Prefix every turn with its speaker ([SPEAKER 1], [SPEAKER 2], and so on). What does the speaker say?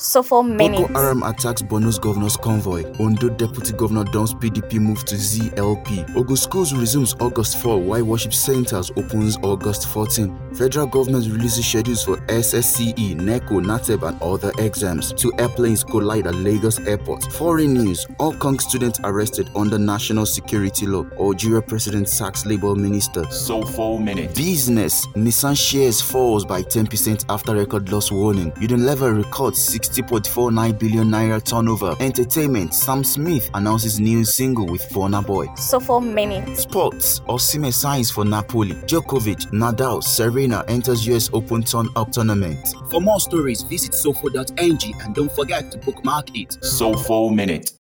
[SPEAKER 1] Suffer
[SPEAKER 2] Boko
[SPEAKER 1] minutes.
[SPEAKER 2] Haram attacks Borno's governor's convoy. Ondo deputy governor dumps PDP move to ZLP. Ogun schools resumes August 4 while worship centers opens August 14. Federal government releases schedules for SSCE, E, NECO, NATEB and other exams. Two airplanes collide at Lagos airport. Foreign news. Hong Kong students arrested under national security law. Algeria president sacks labor minister.
[SPEAKER 3] So four minutes.
[SPEAKER 2] Business Nissan shares falls by 10% after record loss warning. Unilever records 60.49 billion naira turnover. Entertainment Sam Smith announces new single with Burna Boy.
[SPEAKER 1] Suffer minutes.
[SPEAKER 2] Sports Osime signs for Napoli. Djokovic, Nadal, Serena enters US Open Turn Up tournament.
[SPEAKER 4] For more stories, visit sofo.ng and don't forget to bookmark it.
[SPEAKER 3] So four minutes.